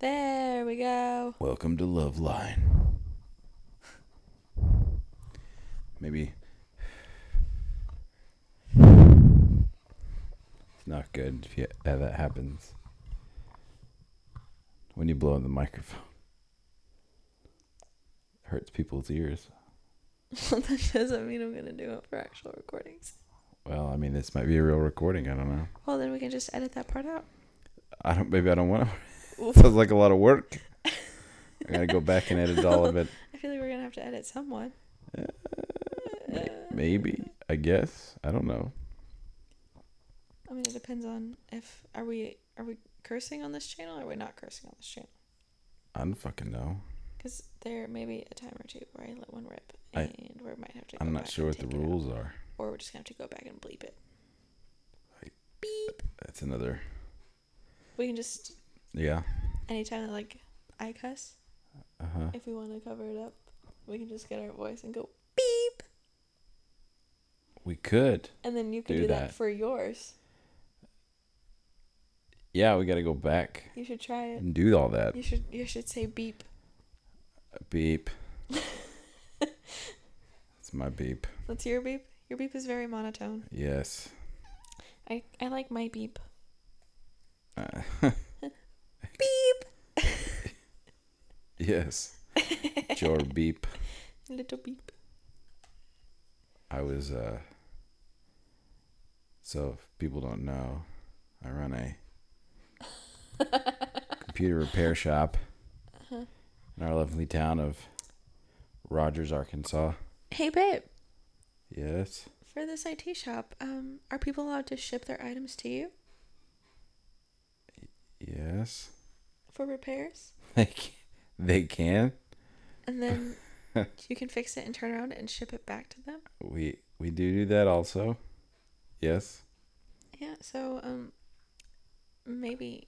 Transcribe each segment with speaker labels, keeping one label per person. Speaker 1: There we go.
Speaker 2: Welcome to Love Line. Maybe it's not good if, you, if that happens when you blow in the microphone. It hurts people's ears.
Speaker 1: that doesn't mean I'm going to do it for actual recordings.
Speaker 2: Well, I mean, this might be a real recording. I don't know.
Speaker 1: Well, then we can just edit that part out.
Speaker 2: I don't. Maybe I don't want to.
Speaker 1: Oof.
Speaker 2: Sounds like a lot of work. I gotta go back and edit all of it.
Speaker 1: I feel like we're going to have to edit Uh, someone.
Speaker 2: Uh, Maybe. I guess. I don't know.
Speaker 1: I mean, it depends on if are we are we cursing on this channel or are we not cursing on this channel?
Speaker 2: I don't fucking know.
Speaker 1: Because there may be a time or two where I let one rip,
Speaker 2: I-
Speaker 1: and we might have to.
Speaker 2: I'm
Speaker 1: go
Speaker 2: not
Speaker 1: back
Speaker 2: sure
Speaker 1: and
Speaker 2: what the
Speaker 1: take it out.
Speaker 2: rules are.
Speaker 1: Or we're just gonna have to go back and bleep it.
Speaker 2: That's another.
Speaker 1: We can just
Speaker 2: Yeah.
Speaker 1: anytime that, like I cuss,
Speaker 2: Uh huh.
Speaker 1: if we want to cover it up, we can just get our voice and go beep,
Speaker 2: We could.
Speaker 1: and then you can
Speaker 2: Do
Speaker 1: do, that.
Speaker 2: that.
Speaker 1: for yours.
Speaker 2: Yeah, we gotta go back
Speaker 1: You should try it.
Speaker 2: and do all that.
Speaker 1: You should you should say beep.
Speaker 2: Beep. That's my beep.
Speaker 1: Let's hear your beep. Your beep is very monotone.
Speaker 2: Yes.
Speaker 1: I I like my beep.
Speaker 2: Uh,
Speaker 1: Beep,
Speaker 2: yes. Your beep.
Speaker 1: little beep.
Speaker 2: I was uh so if people don't know, I run a computer repair shop
Speaker 1: Uh-huh.
Speaker 2: in our lovely town of Rogers, Arkansas.
Speaker 1: Hey babe,
Speaker 2: Yes.
Speaker 1: for this IT shop, um, are people allowed to ship their items to you
Speaker 2: Yes.
Speaker 1: for repairs?
Speaker 2: They can, they can.
Speaker 1: And then you can fix it and turn around and ship it back to them.
Speaker 2: We we do do that also. Yes.
Speaker 1: Yeah, so um maybe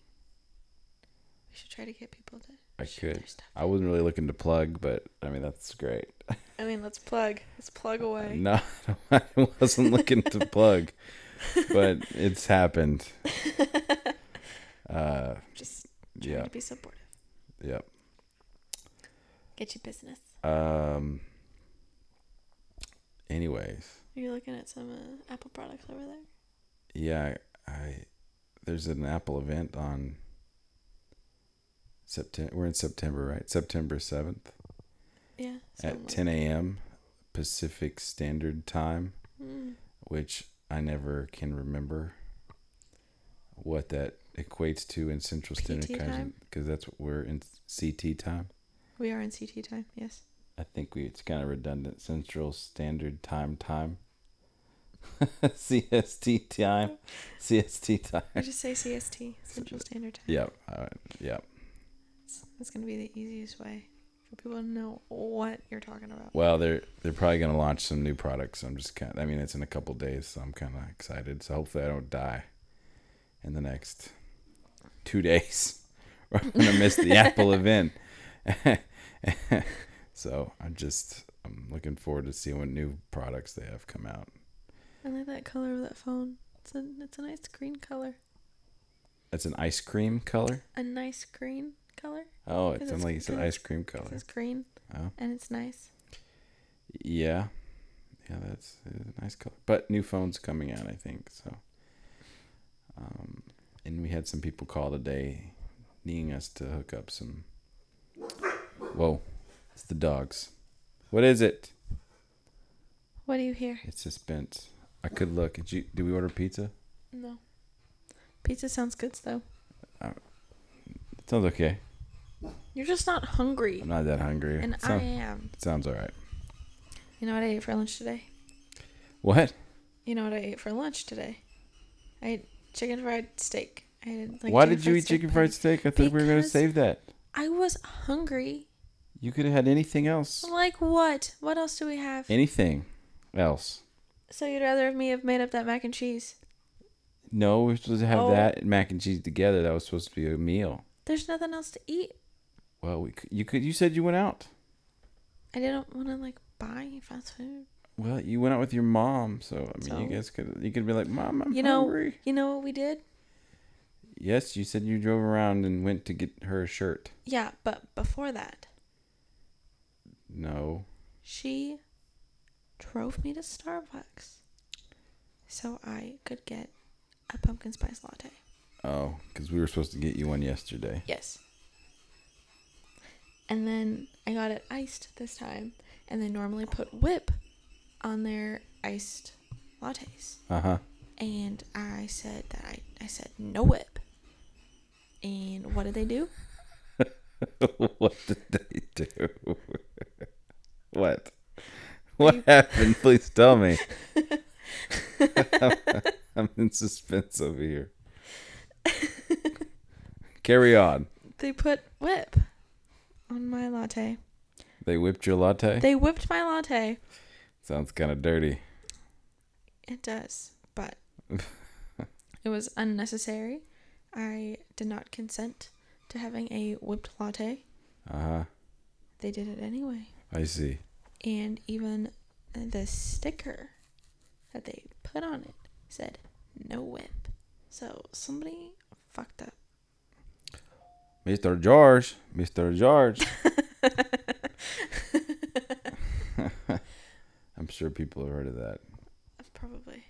Speaker 1: we should try to get people to
Speaker 2: I
Speaker 1: ship their
Speaker 2: could.
Speaker 1: stuff.
Speaker 2: I wasn't really looking to plug, but I mean that's great.
Speaker 1: I mean let's plug. Let's plug away.
Speaker 2: No, I wasn't looking to plug, but it's happened. Uh,
Speaker 1: Just trying
Speaker 2: yeah,
Speaker 1: to be supportive.
Speaker 2: yeah.
Speaker 1: Get your business.
Speaker 2: Um. Anyways,
Speaker 1: You're looking at some uh, Apple products over there.
Speaker 2: yeah, I, there's an Apple event on September. We're in September, right? September seventh
Speaker 1: Yeah.
Speaker 2: at ten a.m. Pacific Standard Time,
Speaker 1: Mm.
Speaker 2: which I never can remember what that equates to in Central
Speaker 1: PT
Speaker 2: Standard Time
Speaker 1: time?
Speaker 2: because that's what we're in CT time.
Speaker 1: We are in CT time. Yes.
Speaker 2: I think we it's kind of redundant. Central Standard Time time. CST time. CST
Speaker 1: We
Speaker 2: time.
Speaker 1: just say CST, Central Standard Time.
Speaker 2: Yep. Uh, yep.
Speaker 1: That's- That's going to be the easiest way for people to know what you're talking about.
Speaker 2: Well, they're they're probably going to launch some new products. I'm just kind. I mean, it's in a couple days, so I'm kind of excited. So hopefully, I don't die in the next two days. Or I'm going to miss the Apple event. so I'm just I'm looking forward to seeing what new products they have come out.
Speaker 1: I like that color of that phone. It's a, it's a nice green color.
Speaker 2: It's an ice cream color.
Speaker 1: A nice green color.
Speaker 2: Oh, it
Speaker 1: Because
Speaker 2: sounds
Speaker 1: it's-
Speaker 2: like you said
Speaker 1: because
Speaker 2: ice cream
Speaker 1: This
Speaker 2: color.
Speaker 1: is green
Speaker 2: Oh,
Speaker 1: and it's nice.
Speaker 2: yeah, yeah, that's a nice color. But new phones coming out, I think. So, um, and we had some people call today, needing us to hook up some. Whoa, it's the dogs. What is it?
Speaker 1: What do you hear?
Speaker 2: It's suspense. I could look. Did you? Did we order pizza?
Speaker 1: No. Pizza sounds good though.
Speaker 2: It sounds okay.
Speaker 1: You're just not hungry.
Speaker 2: I'm not that hungry.
Speaker 1: And I
Speaker 2: Sound-
Speaker 1: am.
Speaker 2: sounds all right.
Speaker 1: You know what I ate for lunch today?
Speaker 2: What?
Speaker 1: You know what I ate for lunch today? I ate chicken fried steak. I ate, like,
Speaker 2: Why
Speaker 1: chicken
Speaker 2: did you
Speaker 1: fried
Speaker 2: eat
Speaker 1: steak
Speaker 2: chicken
Speaker 1: patty.
Speaker 2: fried steak? I thought we were gonna
Speaker 1: Because-
Speaker 2: save that.
Speaker 1: I was hungry.
Speaker 2: You could have had anything else.
Speaker 1: Like what? What else do we have?
Speaker 2: Anything else?
Speaker 1: So you'd rather me have made up that mac and cheese?
Speaker 2: No, we are supposed to have
Speaker 1: Oh.
Speaker 2: that and mac and cheese together. That was supposed to be a meal.
Speaker 1: There's nothing else to eat.
Speaker 2: Well, we could, you could you said you went out.
Speaker 1: I didn't want to like buy fast food.
Speaker 2: Well, you went out with your mom, so I mean, you
Speaker 1: So?
Speaker 2: guys could you could be like, "Mom, I'm
Speaker 1: You know,
Speaker 2: hungry."
Speaker 1: you know what we did?
Speaker 2: Yes, you said you drove around and went to get her a shirt.
Speaker 1: Yeah, but before that,
Speaker 2: No.
Speaker 1: she drove me to Starbucks so I could get a pumpkin spice latte.
Speaker 2: Oh, because we were supposed to get you one yesterday.
Speaker 1: Yes. And then I got it iced this time, and they normally put whip on their iced lattes.
Speaker 2: Uh huh.
Speaker 1: And I said that I, I said no whip. And what did they do?
Speaker 2: what did they do? what? What happened? Please tell me. I'm in suspense over here. Carry on.
Speaker 1: They put whip on my latte.
Speaker 2: They whipped your latte?
Speaker 1: They whipped my latte.
Speaker 2: Sounds kind of dirty.
Speaker 1: It does, but it was unnecessary. I did not consent to having a whipped latte.
Speaker 2: Uh huh.
Speaker 1: They did it anyway.
Speaker 2: I see.
Speaker 1: and even the sticker that they put on it said no whip. So somebody fucked up.
Speaker 2: Mr. George. Mr. George. I'm sure people have heard of that.
Speaker 1: Probably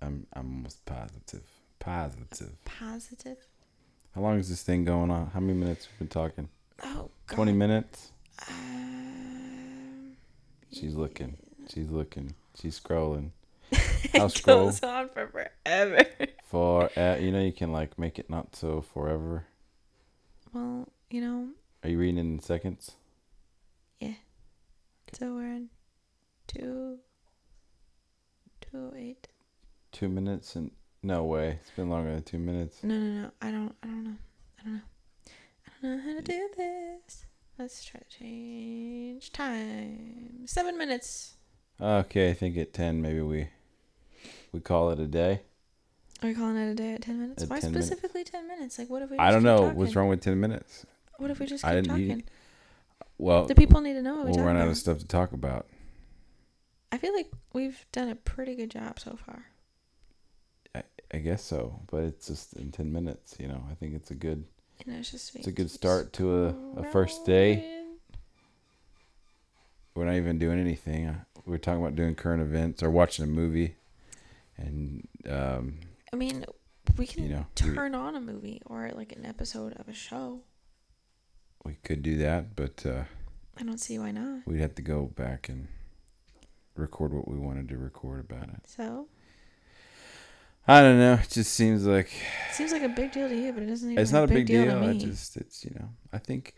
Speaker 2: I'm, I'm almost positive. Positive.
Speaker 1: positive.
Speaker 2: How long is this thing going on? How many minutes we've been talking?
Speaker 1: Oh god.
Speaker 2: 20 minutes?
Speaker 1: Um,
Speaker 2: She's looking. She's looking. She's scrolling. I'll
Speaker 1: it
Speaker 2: scroll.
Speaker 1: goes on for forever.
Speaker 2: For uh, you know, you can like make it not so forever.
Speaker 1: well, you know,
Speaker 2: Are you reading in seconds?
Speaker 1: so we're in two, two oh eight.
Speaker 2: Two minutes and no way. It's been longer than two minutes.
Speaker 1: No, no, no. I don't. I don't know. I don't know. I don't know how to do this. Let's try to change time. Seven minutes.
Speaker 2: Okay, I think at ten maybe we we call it a day.
Speaker 1: Are we calling it a day at ten minutes?
Speaker 2: At
Speaker 1: Why
Speaker 2: 10 minutes.
Speaker 1: specifically ten minutes? Like, what if we? Just
Speaker 2: I don't
Speaker 1: keep
Speaker 2: know
Speaker 1: Talking?
Speaker 2: what's wrong with ten minutes.
Speaker 1: What if we just
Speaker 2: I
Speaker 1: keep
Speaker 2: didn't- you
Speaker 1: talking?
Speaker 2: didn't- Well,
Speaker 1: the people need to know what we
Speaker 2: we'll
Speaker 1: talk
Speaker 2: run
Speaker 1: about.
Speaker 2: out of stuff to talk about.
Speaker 1: I feel like we've done a pretty good job so far.
Speaker 2: I guess so, but it's just in ten minutes. You know, I think it's a good
Speaker 1: You know, it's just
Speaker 2: it's a good start to a, a first day. we're not even doing anything. Uh, We're talking about doing current events or watching a movie, and um,
Speaker 1: I mean, we can
Speaker 2: you know, we-
Speaker 1: turn on a movie or like an episode of a show.
Speaker 2: we could do that, but uh,
Speaker 1: I don't see why not.
Speaker 2: we'd have to go back and record what we wanted to record about it.
Speaker 1: So
Speaker 2: I don't know. It just seems like
Speaker 1: it seems like a big deal to you, but it doesn't even.
Speaker 2: it's not a big deal.
Speaker 1: to
Speaker 2: I
Speaker 1: me.
Speaker 2: just it's you know I think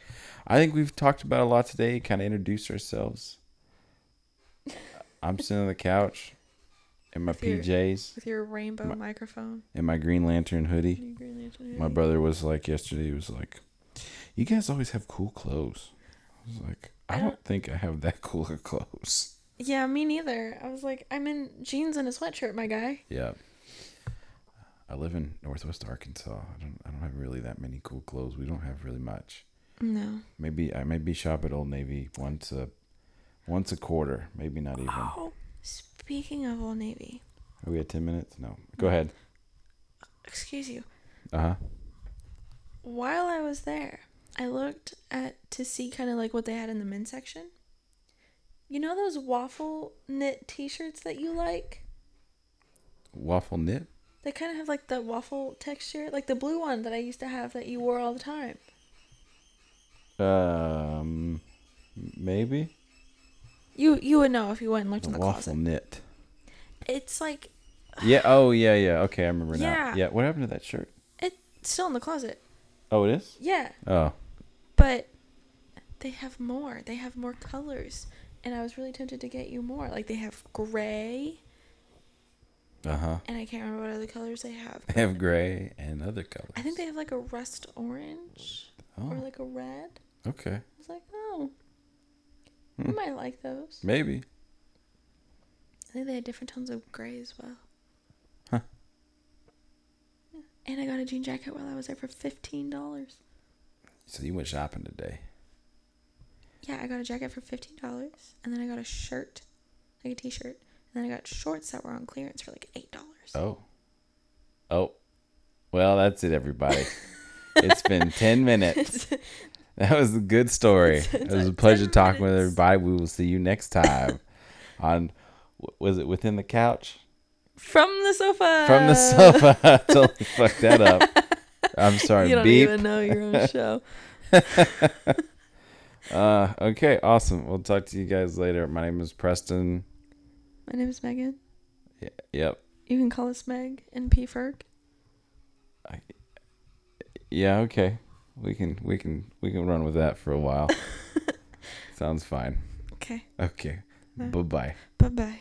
Speaker 2: I think we've talked about a lot today. Kind of introduced ourselves. I'm sitting on the couch in my
Speaker 1: With your-
Speaker 2: PJs
Speaker 1: with your rainbow
Speaker 2: My-
Speaker 1: microphone.
Speaker 2: and my Green Lantern hoodie.
Speaker 1: Your Green Lantern
Speaker 2: My
Speaker 1: hoodie.
Speaker 2: brother was like yesterday. He was like, "You guys always have cool clothes." I was like, "I
Speaker 1: I
Speaker 2: don't
Speaker 1: don't-
Speaker 2: think I have that cool of clothes."
Speaker 1: Yeah, me neither. I was like, I'm in jeans and a sweatshirt, my guy.
Speaker 2: Yeah. I live in Northwest Arkansas. I don't. I don't have really that many cool clothes. We don't have really much.
Speaker 1: No.
Speaker 2: Maybe I maybe shop at Old Navy once a, once a quarter. Maybe not even. Are
Speaker 1: Oh, speaking of Old Navy,
Speaker 2: we at ten minutes? No. Go ahead.
Speaker 1: excuse you.
Speaker 2: Uh huh.
Speaker 1: While I was there, I looked at to see kind of like what they had in the men's section. You know those waffle knit T-shirts that you like?
Speaker 2: Waffle knit.
Speaker 1: They kind of have like the waffle texture, like the blue one that I used to have that you wore all the time.
Speaker 2: Um, maybe
Speaker 1: You you would know if you went and looked
Speaker 2: a
Speaker 1: in the
Speaker 2: waffle
Speaker 1: closet.
Speaker 2: knit.
Speaker 1: It's like
Speaker 2: Yeah. Oh yeah yeah. Okay, I remember now.
Speaker 1: Yeah.
Speaker 2: Yeah. What happened to that shirt?
Speaker 1: it's still in the closet.
Speaker 2: Oh, it is.
Speaker 1: Yeah.
Speaker 2: Oh,
Speaker 1: But they have more. They have more colors. And I was really tempted to get you more. Like they have gray,
Speaker 2: uh huh.
Speaker 1: and I can't remember what other colors they have.
Speaker 2: They have gray and other colors.
Speaker 1: I think they have like a rust orange or
Speaker 2: Oh,
Speaker 1: like a red.
Speaker 2: okay.
Speaker 1: I was like, oh, I
Speaker 2: Hmm.
Speaker 1: might like those.
Speaker 2: Maybe.
Speaker 1: I think they had different tones of gray as well.
Speaker 2: Huh.
Speaker 1: Yeah. And I got a jean jacket while I was there for fifteen dollars.
Speaker 2: So you went shopping today.
Speaker 1: Yeah, I got a jacket for fifteen dollars, and then I got a shirt, like a t-shirt, Oh. and then I got shorts that were on clearance for like eight dollars.
Speaker 2: Oh. Oh. Well, that's it, everybody. it's been 10 minutes. That was a good story.
Speaker 1: It's-
Speaker 2: It
Speaker 1: it's
Speaker 2: was a
Speaker 1: like
Speaker 2: pleasure
Speaker 1: 10
Speaker 2: talking with
Speaker 1: minutes.
Speaker 2: everybody. We will see you next time on, w- was it Within the Couch?
Speaker 1: From the sofa.
Speaker 2: From the sofa. totally fucked that up. I'm sorry.
Speaker 1: You don't
Speaker 2: Beep.
Speaker 1: even know your own show.
Speaker 2: Uh, okay, awesome. We'll talk to you guys later. My name is Preston.
Speaker 1: My name is Megan.
Speaker 2: Y- Yep.
Speaker 1: You can call us Meg and P Ferg.
Speaker 2: Yeah, okay. We can we can we can run with that for a while. Sounds fine.
Speaker 1: Okay.
Speaker 2: Okay.
Speaker 1: Bye.
Speaker 2: Bye-bye.
Speaker 1: Bye bye.